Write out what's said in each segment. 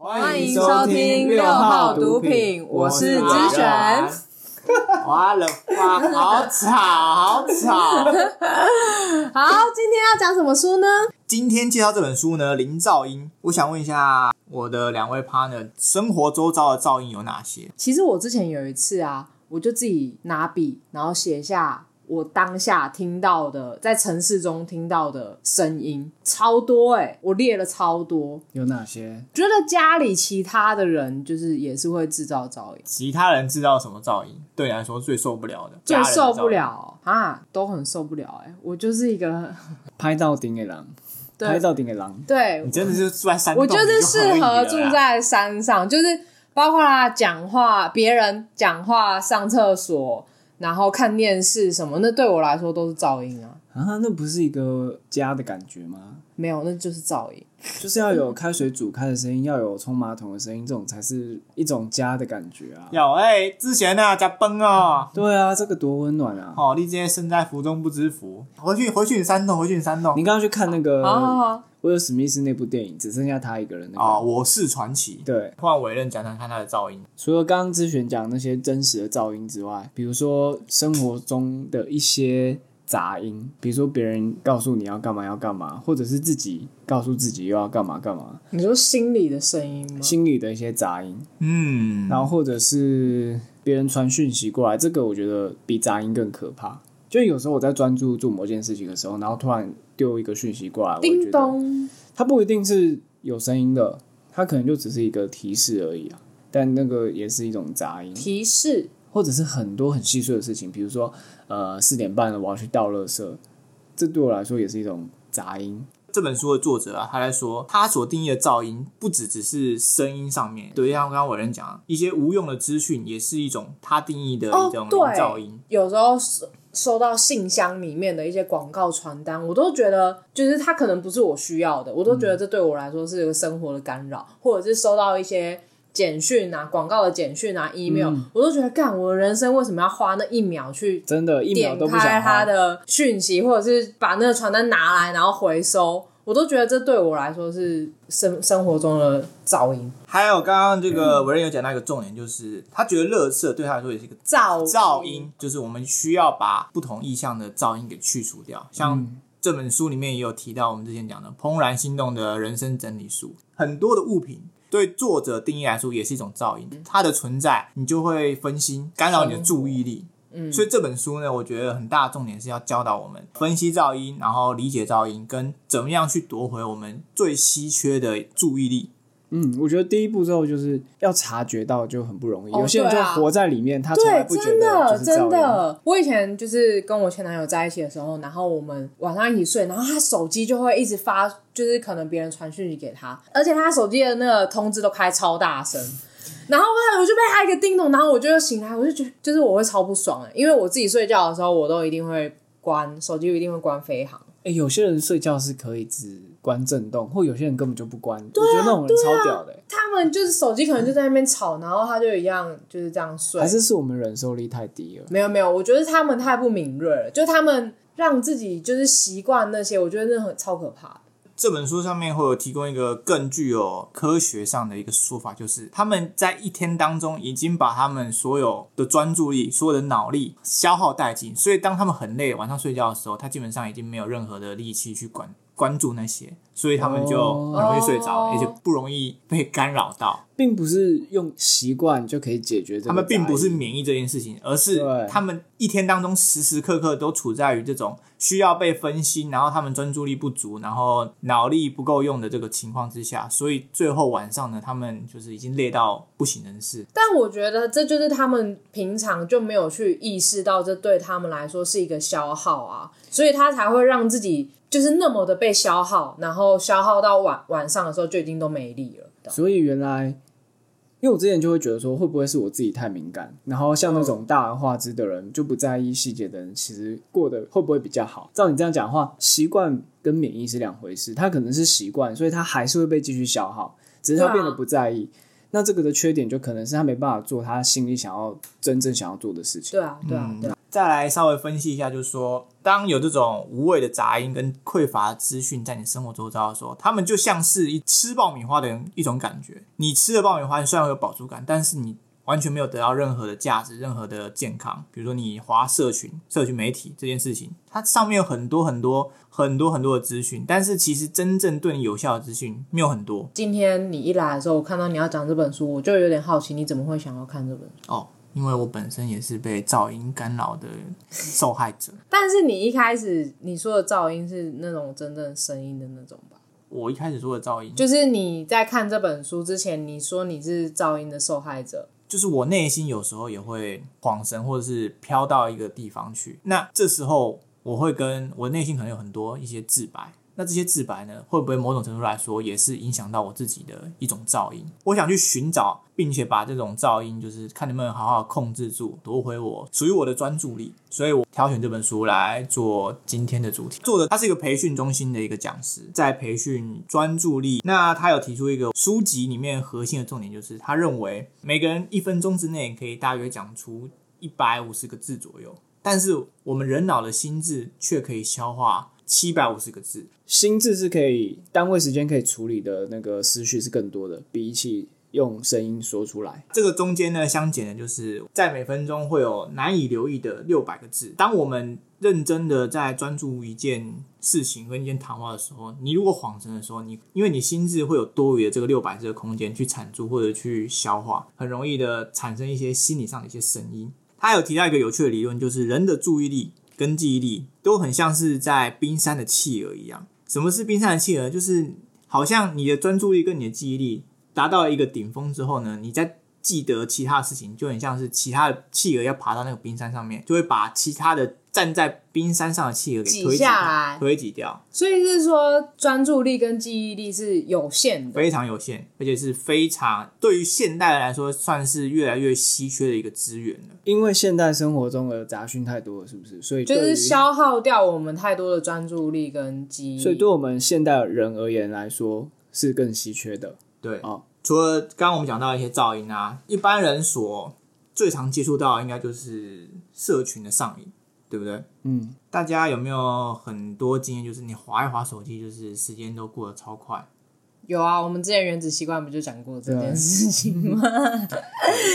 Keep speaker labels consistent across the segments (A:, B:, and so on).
A: 欢迎收听六号毒品，我是知璇。
B: 哇了哇，好吵，好吵！
A: 好，今天要讲什么书呢？
B: 今天介绍这本书呢，《零噪音》。我想问一下我的两位 partner，生活周遭的噪音有哪些？
A: 其实我之前有一次啊，我就自己拿笔，然后写下我当下听到的，在城市中听到的声音，超多哎、我列了超多。
C: 有哪些？
A: 觉得家里其他的人就是也是会制造噪音，
B: 其他人制造什么噪音？对你来说最受不了的，
A: 最
B: 家人的噪音
A: 受不。了啊，都很受不了哎、我就是一个
C: 拍到顶给狼，拍
A: 对
C: 到顶给狼。
A: 对
B: 你真的是住在山洞，
A: 我觉得
B: 你就
A: 适合
B: 合
A: 住在山上，就是包括他讲话、别人讲话、上厕所，然后看电视什么，那对我来说都是噪音啊。
C: 啊，那不是一个家的感觉 吗？
A: 没有，那就是噪音。
C: 就是要有开水煮开的声音，要有冲马桶的声音，这种才是一种家的感觉啊。
B: 有哎，之前啊，加崩哦。
C: 对啊，这个多温暖啊！
B: 哦，你今天身在福中不知福，回去回去你山洞，回去你山洞
C: 你。刚刚去看那
A: 好好
C: 个
A: 好，
C: 威尔史密斯那部电影，只剩下他一个人那个。
B: 哦，我是传奇。
C: 对，
B: 换委任讲讲看他的噪音。
C: 除了刚刚咨询讲那些真实的噪音之外，比如说生活中的一些杂音，比如说别人告诉你要干嘛要干嘛，或者是自己告诉自己又要干嘛干嘛，
A: 你说心里的声音吗？
C: 心里的一些杂音，
B: 嗯，
C: 然后或者是别人传讯息过来，这个我觉得比杂音更可怕。就有时候我在专注做某件事情的时候，然后突然丢一个讯息过来，我就
A: 叮
C: 觉得
A: 咚，
C: 它不一定是有声音的，它可能就只是一个提示而已啊。但那个也是一种杂音，
A: 提示
C: 或者是很多很细碎的事情，比如说呃四点半了我要去倒垃圾，这对我来说也是一种杂音。
B: 这本书的作者啊，他在说他所定义的噪音，不只只是声音上面，对，像刚刚伟人讲啊，一些无用的资讯也是一种他定义的
A: 哦
B: 一种，
A: 对
B: 噪音。，
A: 有时候收收到信箱里面的一些广告传单，我都觉得就是它可能不是我需要的，我都觉得这对我来说是一个生活的干扰，或者是收到一些。简讯啊，广告的简讯啊，email，、我
B: 嗯
A: 都觉得干，我的人生为什么要花那一秒去
C: 真的，一秒
A: 点
C: 都不
A: 开
C: 想
A: 他
C: 花。
A: 的讯息，或者是把那个传单拿来然后回收，我都觉得这对我来说是生生活中的噪音，
B: 还有刚刚这个伟人有讲到一个重点，就是他觉得乐色对他来说也是一个
A: 噪
B: 噪音，就是我们需要把不同意向的噪音给去除掉。像这本书里面也有提到，我们之前讲的《怦然心动的人生整理术》，很多的物品对作者定义来说也是一种噪音，它的存在你就会分心，干扰你的注意力。
A: 嗯
B: 所以这本书呢，我觉得很大的重点是要教导我们分析噪音，然后理解噪音，跟怎么样去夺回我们最稀缺的注意力。
C: 嗯，我觉得第一步之后就是要察觉到就很不容易，
A: 哦
C: 有些人
A: 对
C: 就
A: 啊
C: 活在里面，他从来
A: 对，
C: 不觉
A: 真
C: 得
A: 的
C: 就是噪
A: 真
C: 音。
A: 的，我以前就是跟我前男友在一起的时候，然后我们晚上一起睡，然后他手机就会一直发，就是可能别人传讯息给他，而且他手机的那个通知都开超大声。然后我我就被他一个叮咚，然后我就醒来，我就觉得就是我会超不爽哎、因为我自己睡觉的时候，我都一定会关手机，一定会关飞行。
C: 哎、有些人睡觉是可以只关震动，或有些人根本就不关。
A: 啊
C: 我觉得那种人超屌的、
A: 他们就是手机可能就在那边吵，然后他就一样就是这样睡。
C: 还是是我们忍受力太低了。
A: 没有没有，我觉得他们太不敏锐了，就他们让自己就是习惯那些，我觉得那很超可怕的。
B: 这本书上面会有提供一个更具有科学上的一个说法，就是他们在一天当中已经把他们所有的专注力、所有的脑力消耗殆尽，所以当他们很累，晚上睡觉的时候，他基本上已经没有任何的力气去管关注那些，所以他们就很容易睡着，
A: 哦
B: 也就不容易被干扰到。
C: 并不是用习惯就可以解决这个。
B: 他们并不是，免疫这件事情，而是
C: 对
B: 他们一天当中时时刻刻都处在于这种需要被分心，然后他们专注力不足，然后脑力不够用的这个情况之下，所以最后晚上呢，他们就是已经累到不省人事。
A: 但我觉得这就是他们平常就没有去意识到，这对他们来说是一个消耗啊，所以他才会让自己就是那么的被消耗，啊然后消耗到晚晚上的时候就已经都没力了。
C: 所以原来，因为我之前就会觉得说，会不会是我自己太敏感？然后像那种
A: 嗯
C: 大而化之的人，就不在意细节的人，其实过得会不会比较好？照你这样讲的话，习惯跟免疫是两回事，他可能是习惯，所以他还是会被继续消耗，只是
A: 对
C: 他
A: 啊
C: 变得不在意。那这个的缺点就可能是他没办法做他心里想要真正想要做的事情。
A: 对啊，对啊，对啊。
B: 再来稍微分析一下，就是说，当有这种无谓的杂音跟匮乏资讯在你生活周遭的时候，他们就像是一吃爆米花的人一种感觉。你吃了爆米花，虽然会有饱足感，但是你完全没有得到任何的价值、任何的健康。比如说，你划社群、社群媒体这件事情，它上面有很多很多很多很多的资讯，但是其实真正对你有效的资讯没有很多
A: 今天你一来的时候，我看到你要讲这本书，我就有点好奇，你怎么会想要看这本书？
B: 哦。因为我本身也是被噪音干扰的受害者。
A: 但是你一开始你说的噪音是那种真正声音的那种吧？
B: 我一开始说的噪音，
A: 就是你在看这本书之前，你说你是噪音的受害者，
B: 就是我内心有时候也会恍神，或者是飘到一个地方去。那这时候我会跟我内心可能有很多一些自白。那这些自白呢，会不会某种程度来说也是影响到我自己的一种噪音？我想去寻找，并且把这种噪音，就是看能不能好好控制住，夺回我属于我的专注力。所以我挑选这本书来做今天的主题。作者他是一个培训中心的一个讲师，在培训专注力。那他有提出一个书籍里面核心的重点，就是他认为每个人一分钟之内可以大约讲出一百五十个字左右，但是我们人脑的心智却可以消化七百五十个字。
C: 心智是可以单位时间可以处理的那个思绪是更多的，比起用声音说出来。
B: 这个中间呢，相减的就是在每分钟会有难以留意的六百个字。当我们认真的在专注一件事情跟一件谈话的时候，你如果恍神的时候，你因为你心智会有多余的这个六百字的空间去产出或者去消化，很容易的产生一些心理上的一些声音。他有提到一个有趣的理论，就是人的注意力跟记忆力都很像是在冰山的企鹅一样。什么是冰山的企鹅？就是好像你的专注力跟你的记忆力达到一个顶峰之后呢，你再记得其他的事情，就很像是其他的企鹅要爬到那个冰山上面，就会把其他的站在冰山上的企鹅给推
A: 挤下
B: 掉
A: 来
B: 推挤掉，
A: 所以是说专注力跟记忆力是有限的。
B: 非常有限，而且是非常对于现代人来说算是越来越稀缺的一个资源了。
C: 因为现代生活中的杂讯太多了，是不是？所以
A: 就
C: 对于
A: 是消耗掉我们太多的专注力跟记忆力，
C: 所以对我们现代人而言来说是更稀缺的。
B: 对，
C: 哦
B: 除了刚刚我们讲到一些噪音啊，一般人所最常接触到的应该就是社群的上瘾，对不对？
C: 嗯，
B: 大家有没有很多经验，就是你划一划手机，就是时间都过得超快，
A: 有啊，我们之前原子习惯不就讲过这
C: 啊
A: 件事情吗？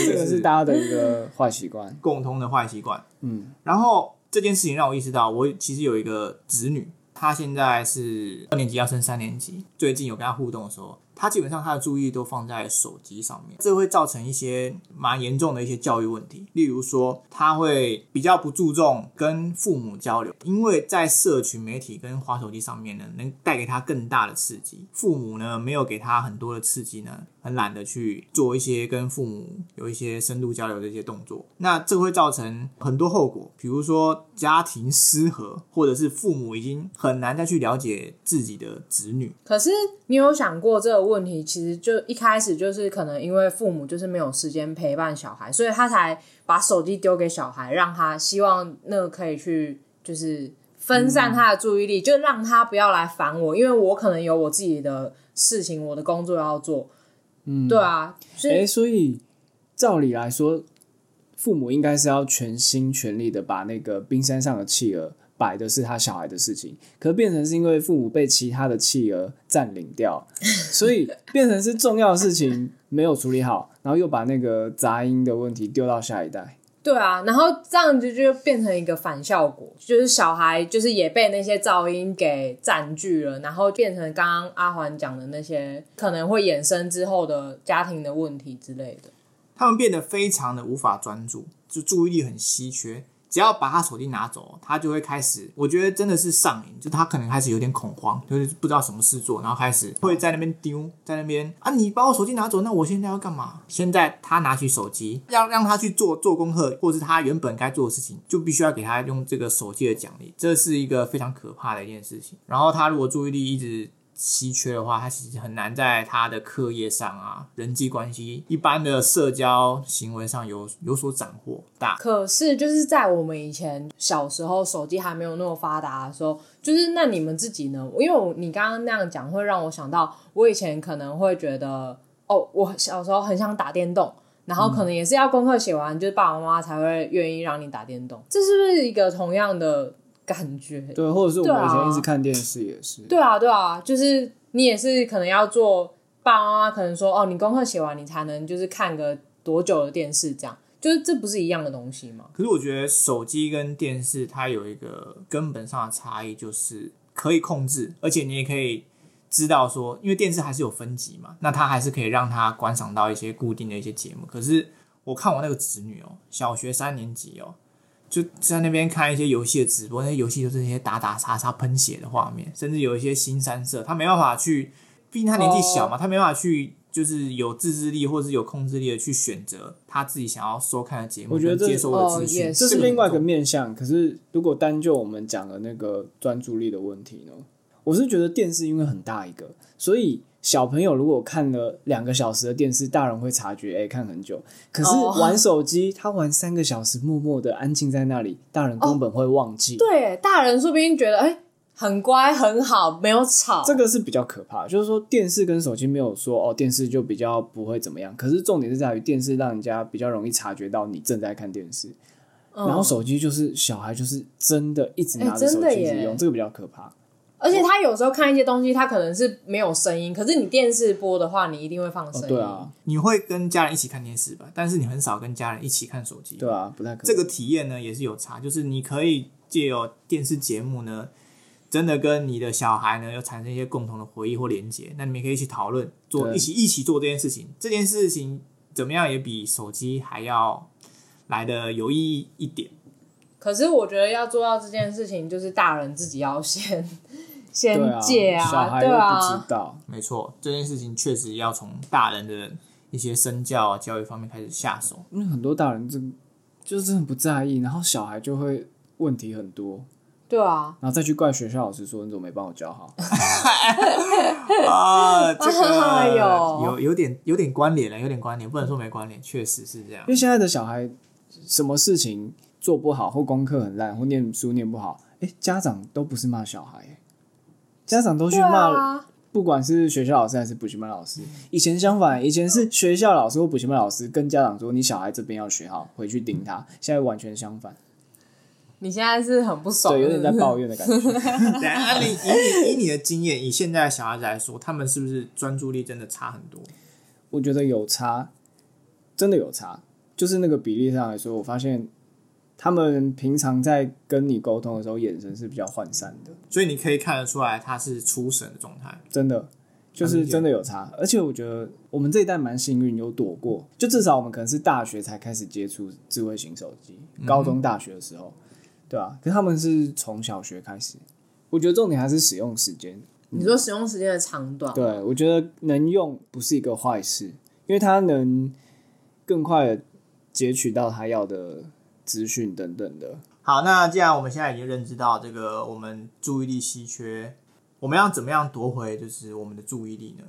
C: 这个是大家的一个坏习惯。
B: 共通的坏习惯。
C: 嗯，
B: 然后这件事情让我意识到，我其实有一个子女，他现在是二年级要升三年级，最近有跟他互动的时候，他基本上他的注意都放在手机上面，这会造成一些蛮严重的一些教育问题。例如说，他会比较不注重跟父母交流，因为在社群媒体跟滑手机上面呢，能带给他更大的刺激。父母呢没有给他很多的刺激呢，很懒得去做一些跟父母有一些深度交流的一些动作。那这会造成很多后果，比如说家庭失和，或者是父母已经很难再去了解自己的子女。
A: 可是你有想过这个问题？其实就一开始就是可能因为父母就是没有时间陪伴小孩，所以他才把手机丢给小孩，让他希望那个可以去就是分散他的注意力，就让他不要来烦我，因为我可能有我自己的事情，我的工作要做。嗯， 对啊，所以
C: 哎、所以照理来说，父母应该是要全心全力的把那个冰山上的企鹅摆的是他小孩的事情，可是变成是因为父母被其他的企鹅占领 掉，所以变成是重要的事情没有处理好，然后又把那个杂音的问题丢到下一代。
A: 对啊，然后这样子就变成一个反效果，就是小孩就是也被那些噪音给占据了，然后变成刚刚阿环讲的那些可能会衍生之后的家庭的问题之类的。
B: 他们变得非常的无法专注，就注意力很稀缺。只要把他手机拿走，他就会开始，我觉得真的是上瘾，就他可能开始有点恐慌，就是不知道什么事做，然后开始会在那边丢，在那边啊，你把我手机拿走，那我现在要干嘛？现在他拿起手机，要让他去做做功课，或是他原本该做的事情，就必须要给他用这个手机的奖励，这是一个非常可怕的一件事情。然后他如果注意力一直稀缺的话，他其实很难在他的课业上啊、人际关系、一般的社交行为上有有所斩获。大
A: 可是就是在我们以前小时候手机还没有那么发达的时候，就是那你们自己呢？因为我你刚刚那样讲，会让我想到我以前可能会觉得哦，我小时候很想打电动，然后可能也是要功课写完，就是爸爸妈妈才会愿意让你打电动，这是不是一个同样的感觉？
C: 对，或者是我
A: 对
C: 们以
A: 啊
C: 前一直看电视也是，
A: 对啊，对啊，就是你也是可能要做爸爸妈妈可能说哦，你功课写完你才能就是看个多久的电视这样，就是这不是一样的东西吗？
B: 可是我觉得手机跟电视它有一个根本上的差异，就是可以控制，而且你也可以知道说，因为电视还是有分级嘛，那它还是可以让它观赏到一些固定的一些节目。可是我看我那个侄女哦，小学三年级哦，就在那边看一些游戏的直播，那些游戏就是一些打打杀杀、喷血的画面，甚至有一些新三色，她没办法去，毕竟她年纪小嘛，她没办法去。就是有自制力或是有控制力的去选择她自己想要收看的节目，
C: 我觉得这
B: 接收的
A: 哦
B: 资讯，
A: 也
C: 这是另外一个
B: 面。
C: 面向。可是如果单就我们讲的那个专注力的问题呢，我是觉得电视因为很大一个，所以小朋友如果看了两个小时的电视，大人会察觉，哎、看很久。可是
A: 哦
C: 玩手机，他玩三个小时，默默的安静在那里，大人
A: 哦
C: 根本会忘记。
A: 对，大人说不定觉得哎、很乖很好，没有吵。
C: 这个是比较可怕，就是说电视跟手机没有说哦，电视就比较不会怎么样。可是重点是在于电视让人家比较容易察觉到你正在看电视，
A: 嗯
C: 然后手机就是小孩就是真的一直拿
A: 哎
C: 着
A: 真
C: 手
A: 的
C: 机一直
A: 耶
C: 用，这个比较可怕。哦
A: 而且他有时候看一些东西，他可能是没有声音，可是你电视播的话，你一定会放
C: 哦
A: 声音。，
C: 对啊，
B: 你会跟家人一起看电视吧，但是你很少跟家人一起看手机。
C: 对啊，不太可能。
B: 这个体验呢也是有差，就是你可以借由电视节目呢，真的跟你的小孩呢有产生一些共同的回忆或连结，那你们也可以一起讨论，做
C: 对
B: 一起一起做这件事情。这件事情怎么样也比手机还要来的有意义一点。
A: 可是我觉得要做到这件事情，就是大人自己要先 先
C: 对啊，
A: 戒
C: 小孩
A: 对
C: 又
A: 啊
C: 不知，道。
B: 没错，这件事情确实要从大人的一些身教啊、教育方面开始下手。
C: 因为很多大人真就是真的不在意，然后小孩就会问题很多，
A: 对啊，
C: 然后再去怪学校老师说你怎么没帮我教好。
B: 啊，这
A: 哎
B: 个
A: 呦
B: 有有点有点关联了，有点关联，不能说没关联，确实是这样
C: 因。为现在的小孩什么事情做不好，或功课很烂，或念书念不好，哎、家长都不是骂小孩、诶家长都去
A: 对
C: 骂，
A: 啊，
C: 不管是学校老师还是补习班老师。以前相反，以前是学校老师或补习班老师跟家长说你小孩这边要学好，回去盯他。现在完全相反，
A: 你现在是很不爽，
C: 对，有点在
A: 是不是
C: 抱怨的感觉。
B: 对啊，你以你以你的经验，以现在的小孩子来说，他们是不是专注力真的差很多？
C: 我觉得有差，真的有差。就是那个比例上来说，我发现他们平常在跟你沟通的时候，眼神是比较涣散的。
B: 所以你可以看得出来，他是出神的状态。
C: 真的就是真的有差。而且我觉得我们这一代蛮幸运，有躲过，就至少我们可能是大学才开始接触智慧型手机，高中、大学的时候，对啊，可是他们是从小学开始，我觉得重点还是使用时间。
A: 你说使用时间的长短，
C: 对啊我觉得能用不是一个坏事，因为它能更快的截取到他要的资讯等等的。
B: 好，那既然我们现在已经认知到这个我们注意力稀缺，我们要怎么样夺回就是我们的注意力呢？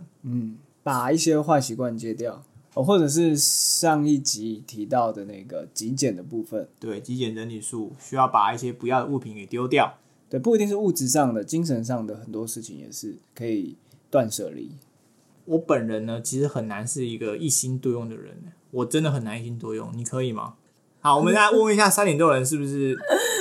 C: 把一些坏习惯戒掉，哦，或者是上一集提到的那个极简的部分，
B: 对，极简整理术需要把一些不要的物品给丢掉。
C: 对，不一定是物质上的，精神上的很多事情也是可以断舍离。
B: 我本人呢，其实很难是一个一心多用的人，欸我真的很难一心多用。你可以吗？好，我们来问一下三点多人是不是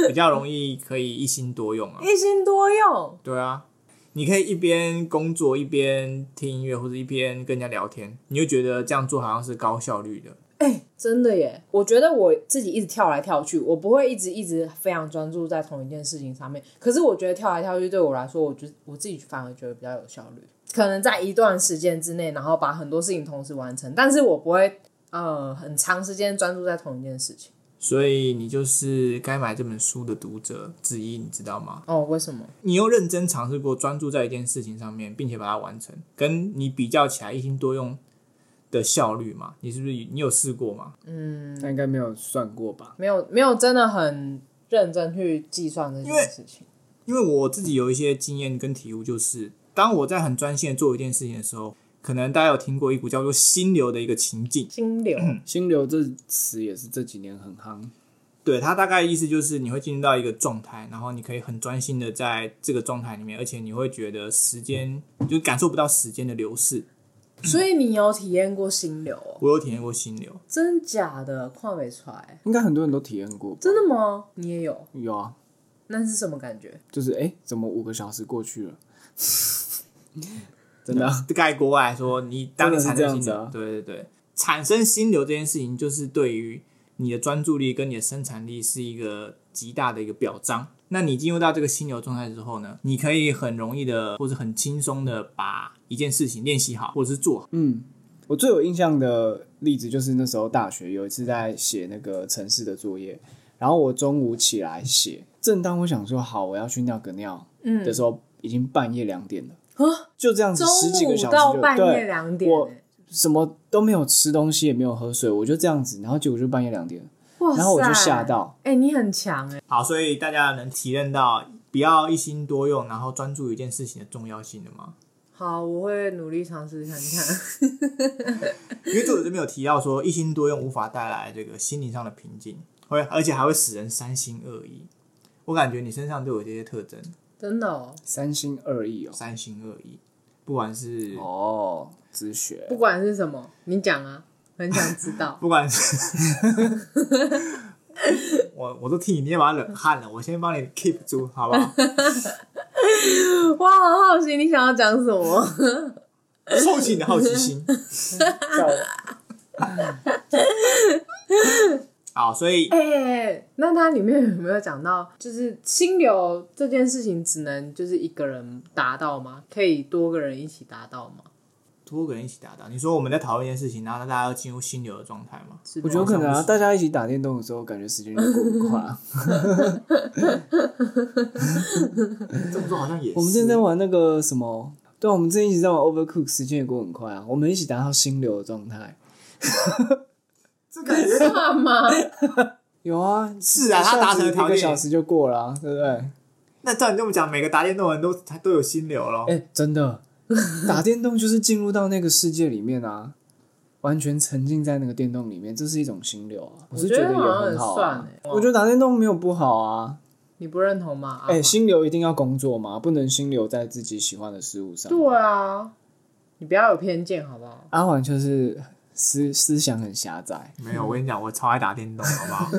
B: 比较容易可以一心多用啊？
A: 一心多用，
B: 对啊，你可以一边工作一边听音乐，或者一边跟人家聊天，你就觉得这样做好像是高效率的。
A: 真的耶！我觉得我自己一直跳来跳去，我不会一直一直非常专注在同一件事情上面。可是我觉得跳来跳去对我来说，我觉得我自己反而觉得比较有效率。可能在一段时间之内，然后把很多事情同时完成，但是我不会呃很长时间专注在同一件事情。
B: 所以你就是该买这本书的读者之一，你知道吗？
A: 哦，为什么？
B: 你又认真尝试过专注在一件事情上面，并且把它完成，跟你比较起来一心多用的效率嘛？你是不是你有试过吗？
C: 那应该没有算过吧？
A: 没有没有真的很认真去计算这
B: 因为
A: 件事情。
B: 因为我自己有一些经验跟体悟，就是当我在很专心的做一件事情的时候，可能大家有听过一股叫做心流的一个情境。
A: 心 流，
C: 心流这词也是这几年很夯，
B: 对，它大概意思就是你会进入到一个状态，然后你可以很专心的在这个状态里面，而且你会觉得时间你就感受不到时间的流逝。
A: 所以你有体验过心流哦？
B: 我有体验过心流，
A: 真假的？跨美出来？
C: 应该很多人都体验过吧。
A: 真的吗？你也有？
C: 有啊，
A: 那是什么感觉？
C: 就是哎、诶怎么五个小时过去了？ 真的啊、
B: 盖国外来说，你当你产
C: 真
B: 生
C: 的
B: 心流，
C: 是这样子啊
B: 对对对，产生心流这件事情，就是对于你的专注力跟你的生产力是一个极大的一个表彰。那你进入到这个心流状态之后呢，你可以很容易的，或者很轻松的把一件事情练习好，或者是做好。
C: 嗯，我最有印象的例子就是那时候大学有一次在写那个城市的作业，然后我中午起来写，正当我想说好我要去尿个尿
A: 嗯
C: 的时候，已经半夜两点了。
A: 啊，
C: 就这样子，
A: 中
C: 十几个
A: 午
C: 小时
A: 到
C: 就
A: 半夜
C: 对，
A: 两点、欸
C: 我什么都没有吃东西，也没有喝水，我就这样子，然后结果就半夜两点了，
A: 哇塞！
C: 然后我就吓。到，
A: 哎、你很强哎、
B: 好，所以大家能体认到不要一心多用，然后专注于一件事情的重要性了吗？
A: 好，我会努力尝试看看。
B: 因为作者这边有提到说，一心多用无法带来这个心灵上的平静，会而且还会使人三心二意。我感觉你身上都有这些特征，
A: 真的哦，
C: 三心二意哦，
B: 三心二意，不管是、
C: 哦，止血
A: 不，管是什么，你讲啊，很想知道。
B: 不管是， 我我都替你捏把冷汗了，我先帮你 keep 住，好不好？
A: 哇，好好奇你想要讲什么？
B: 收起你的好奇心。好，所以
A: 哎、那它里面有没有讲到，就是心流这件事情只能就是一个人达到吗？可以多个人一起达到吗？
B: 多个人一起达到。你说我们在讨论一件事情，然后大家要进入心流的状态吗？
A: 是
C: 我觉得可能啊，大家一起打电动的时候，感觉时间就过得很快 啊。
B: 这么说好像也是。
C: 我们之前在玩那个什么，对啊，我们之前一直在玩 Overcook，时间也过得很快啊。我们一起达到心流的状态。
B: 这感觉
A: 算吗？
C: 有啊，
B: 是啊他达成的条件
C: 一个小时就过了、啊，对不对？
B: 那照你这么讲，每个打电动的人都他都有心流咯。
C: 哎、真的，打电动就是进入到那个世界里面啊，完全沉浸在那个电动里面，这是一种心流啊。我是
A: 觉
C: 觉
A: 得
C: 也
A: 好像
C: 很
A: 很
C: 好、啊
A: 算。欸
C: 我觉得打电动没有不好啊。
A: 你不认同吗？
C: 哎、
A: 阿华
C: 心流一定要工作嘛，不能心流在自己喜欢的事物上。
A: 对啊，你不要有偏见好不好？
C: 阿环就是思思想很狭窄，
B: 没有，我跟你讲，我超爱打电动，好不好？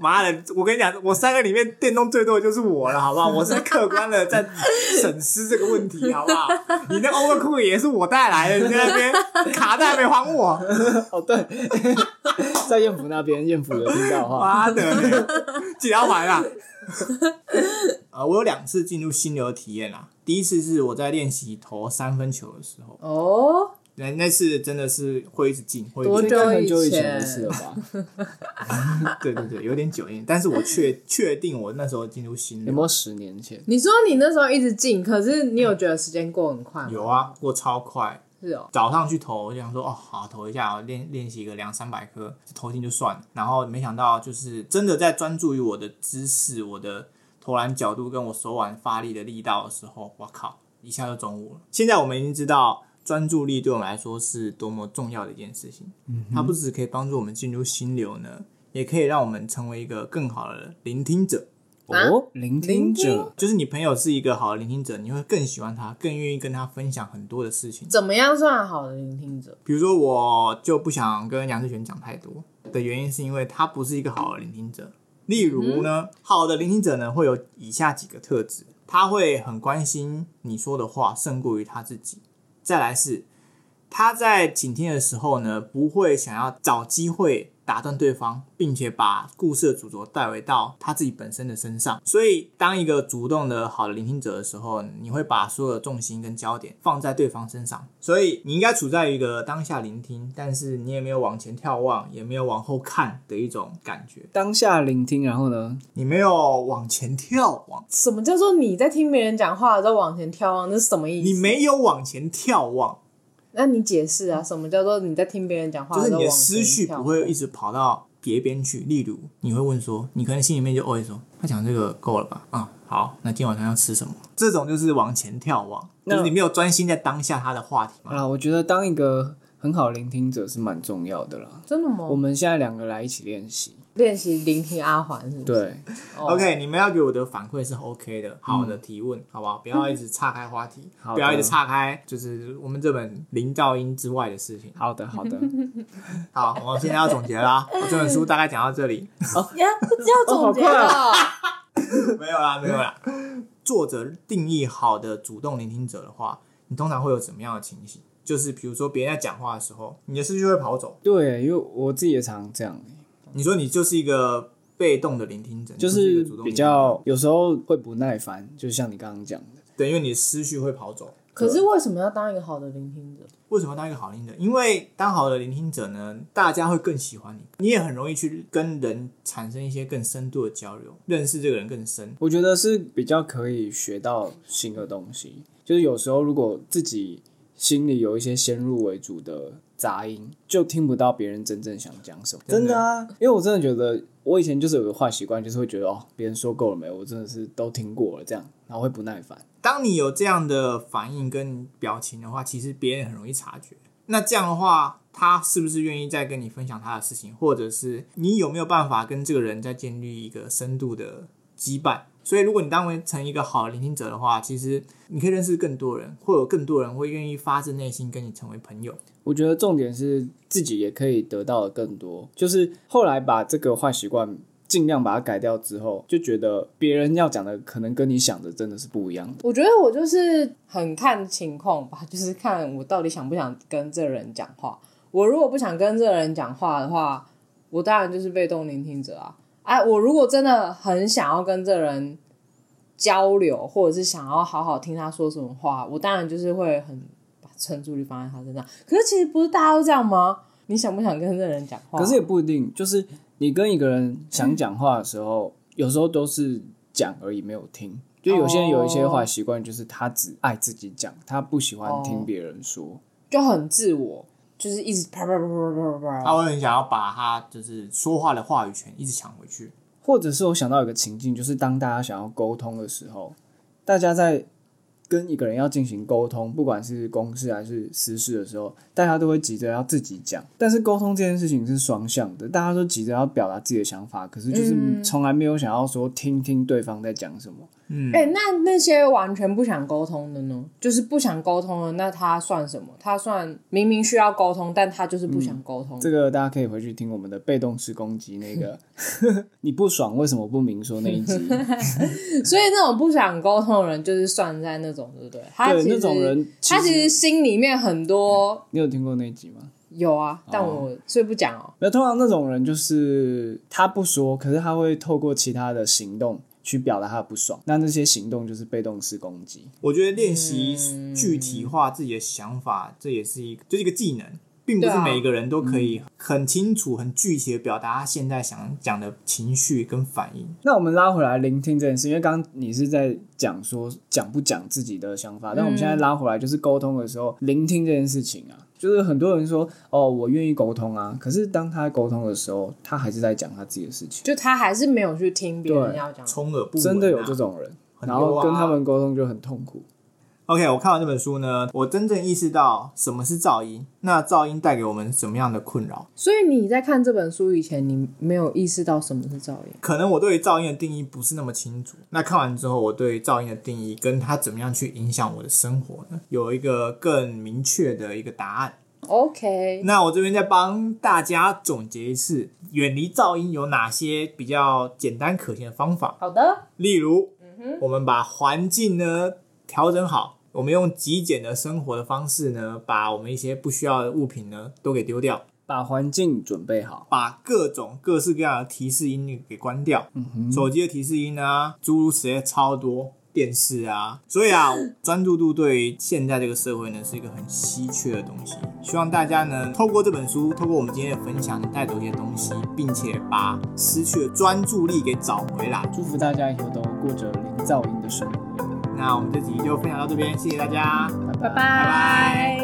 B: 妈的，我跟你讲，我三个里面电动最多的就是我了，好不好？我是客观的在审视这个问题，好不好？你那 Overcook 也是我带来的，你在那边卡带没还我，
C: 哦，对， 在艳福那边，艳福有听到的话，
B: 妈的嘞，几条还啊？呃，我有两次进入心流的体验啦。第一次是我在练习投三分球的时候，
A: 哦，
B: 那那次真的是会一直进，会一直
A: 多
B: 进
C: 这个很
A: 久
C: 久
A: 以
C: 以
A: 前
C: 前的事了吧？
B: 对对对，有点久一点，但是我确确定我那时候进入心
C: 有
B: 流
C: 没。有十年前？
A: 你说你那时候一直进，可是你有觉得时间过很快吗？
B: 有，啊，过超快。
A: 是哦，
B: 早上去投，我就想说哦，好投一下，练练习个两三百颗，投进就算了。然后没想到就是真的在专注于我的姿势、我的投篮角度跟我手腕发力的力道的时候，我靠，一下就中午了。现在我们已经知道专注力对我们来说是多么重要的一件事情。嗯，它不只可以帮助我们进入心流呢，也可以让我们成为一个更好的聆听者。
A: 啊
C: 哦，聆听者，
B: 就是你朋友是一个好的聆听者，你会更喜欢他，更愿意跟他分享很多的事情。
A: 怎么样算好的聆听者？
B: 比如说，我就不想跟杨志全讲太多的原因，是因为他不是一个好的聆听者。例如呢，好的聆听者呢会有以下几个特质：他会很关心你说的话，胜过于他自己。再来是，他在倾听的时候呢，不会想要找机会打断对方，并且把故事的主轴带回到他自己本身的身上。所以，当一个主动的好的聆听者的时候，你会把所有的重心跟焦点放在对方身上。所以，你应该处在一个当下聆听，但是你也没有往前眺望，也没有往后看的一种感觉。
C: 当下聆听，然后呢？
B: 你没有往前眺望，
A: 什么叫做你在听别人讲话的时候往前眺望？这是什么意思？
B: 你没有往前眺望，
A: 那你解释啊？什么叫做你在听别人讲话
B: 就是
A: 时候
B: 你
A: 往
B: 的
A: 前
B: 思绪
A: 跳
B: 不会一直跑到别边去。例如，你会问说，你可能心里面就 always 说，他讲这个够了吧？啊、好，那今天晚上要吃什么？这种就是往前眺望，
C: 那
B: 就是你没有专心在当下他的话题嘛。
C: 啊，我觉得当一个很好的聆听者是蛮重要的啦。
A: 真的吗？
C: 我们现在两个来一起练习，
A: 练习聆听阿环是不是？
C: 对，
A: 哦
B: OK，你们要给我的反馈是 OK 的，好的提问，好不好？不要一直岔开话题，
C: 好的
B: 不要一直岔开，就是我们这本零噪音之外的事情。
C: 好的，好的，
B: 好，我们现在要总结啦，我这本书大概讲到这里，
A: 要要总结
C: 哦
A: 了，
B: 啊没有啦，没有啦。作者定义好的主动聆听者的话，你通常会有怎么样的情形？就是比如说别人在讲话的时候，你的思绪会跑走。
C: 对，因为我自己也常这样，欸
B: 你说你就是一个被动的聆听者，你
C: 就
B: 不是一
C: 是
B: 个主动
C: 比
B: 聆听者
C: 较有时候会不耐烦，就像你刚刚讲的，
B: 对，因为你的思绪会跑走。
A: 可是为什么要当一个好的聆听者？
B: 为什么要当一个好聆听者？因为当好的聆听者呢，大家会更喜欢你，你也很容易去跟人产生一些更深度的交流，认识这个人更深。
C: 我觉得是比较可以学到新的东西。就是有时候如果自己心里有一些先入为主的杂音，就听不到别人真正想讲什么。
B: 真
C: 真
B: 的
C: 的啊，因为我真的觉得我以前就是有个坏习惯，就是会觉得哦，别人说够了没，我真的是都听过了这样，然后会不耐烦。
B: 当你有这样的反应跟表情的话，其实别人很容易察觉。那这样的话，他是不是愿意再跟你分享他的事情，或者是你有没有办法跟这个人再建立一个深度的羁绊？所以，如果你当为成一个好的聆听者的话，其实你可以认识更多人，会有更多人会愿意发自内心跟你成为朋友。
C: 我觉得重点是自己也可以得到的更多，就是后来把这个坏习惯尽量把它改掉之后，就觉得别人要讲的可能跟你想的真的是不一样的。
A: 我觉得我就是很看情况吧，就是看我到底想不想跟这人讲话。我如果不想跟这人讲话的话，我当然就是被动聆听者啊。哎，我如果真的很想要跟这人交流，或者是想要好好听他说什么话，我当然就是会很把专注力放在他身上。可是其实不是大家都这样吗？你想不想跟这人讲话？
C: 可是也不一定，就是你跟一个人想讲话的时候，有时候都是讲而已，没有听。就有些人有一些坏习惯，就是他只爱自己讲，他不喜欢听别人说。
A: 就很自我，就是一直啪啪啪啪啪啪
B: 他
A: 啪。
B: 会很想要把他就是说话的话语权一直抢回去。
C: 或者是我想到一个情境，就是当大家想要沟通的时候，大家在跟一个人要进行沟通，不管是公事还是私事的时候，大家都会急着要自己讲。但是沟通这件事情是双向的，大家都急着要表达自己的想法，可是就是从来没有想要说听听对方在讲什么。
A: 哎、那那些完全不想沟通的呢？就是不想沟通的，那他算什么？他算明明需要沟通，但他就是不
C: 嗯
A: 想沟通。
C: 这个大家可以回去听我们的被动式攻击那个， 你不爽为什么不明说那一 集？
A: 所以那种不想沟通的人，就是算在那种，对不对？他
C: 对
A: 其实
C: 那种人，
A: 他其实心里面很多
C: 你有听过那一集吗？
A: 有啊，
C: 哦
A: 但我所以不讲哦。
C: 那通常那种人就是他不说，可是他会透过其他的行动去表达他的不爽。那那些行动就是被动式攻击。
B: 我觉得练习
C: 嗯
B: 具体化自己的想法，这也是一个就是一个技能，并不
A: 对
B: 是
A: 啊
B: 每一个人都可
C: 嗯
B: 以很清楚、很具体的表达他现在想讲的情绪跟反应。
C: 那我们拉回来聆听这件事，因为刚刚你是在讲说讲不讲自己的想法，但我们
A: 嗯
C: 现在拉回来就是沟通的时候，聆听这件事情啊，就是很多人说哦，我愿意沟通啊，可是当他在沟通的时候，他还是在讲他自己的事情，
A: 就他还是没有去听别人
C: 对
A: 要讲，
B: 充耳不闻、啊，
C: 真的有这种人，
B: 很多
C: 然
B: 啊
C: 后跟他们沟通就很痛苦。
B: OK，我看完这本书呢，我真正意识到什么是噪音，那噪音带给我们什么样的困扰？
A: 所以你在看这本书以前，你没有意识到什么是噪音。
B: 可能我对于噪音的定义不是那么清楚。那看完之后，我对于噪音的定义跟它怎么样去影响我的生活呢，有一个更明确的一个答案。
A: OK，
B: 那我这边再帮大家总结一次，远离噪音有哪些比较简单可行的方法？
A: 好的，
B: 例如，我们把环境呢调整好，我们用极简的生活的方式呢，把我们一些不需要的物品呢都给丢掉，
C: 把环境准备好，
B: 把各种各式各样的提示音给关掉，手机的提示音啊，诸如此类超多。电视啊，所以啊，专注度对于现在这个社会呢是一个很稀缺的东西。希望大家呢，透过这本书，透过我们今天的分享，带走一些东西，并且把失去的专注力给找回来。
C: 祝福大家以后都过着零噪音的生活，
B: 那我们这集就分享到这边，谢谢大家。
A: 拜
C: 拜
A: 拜。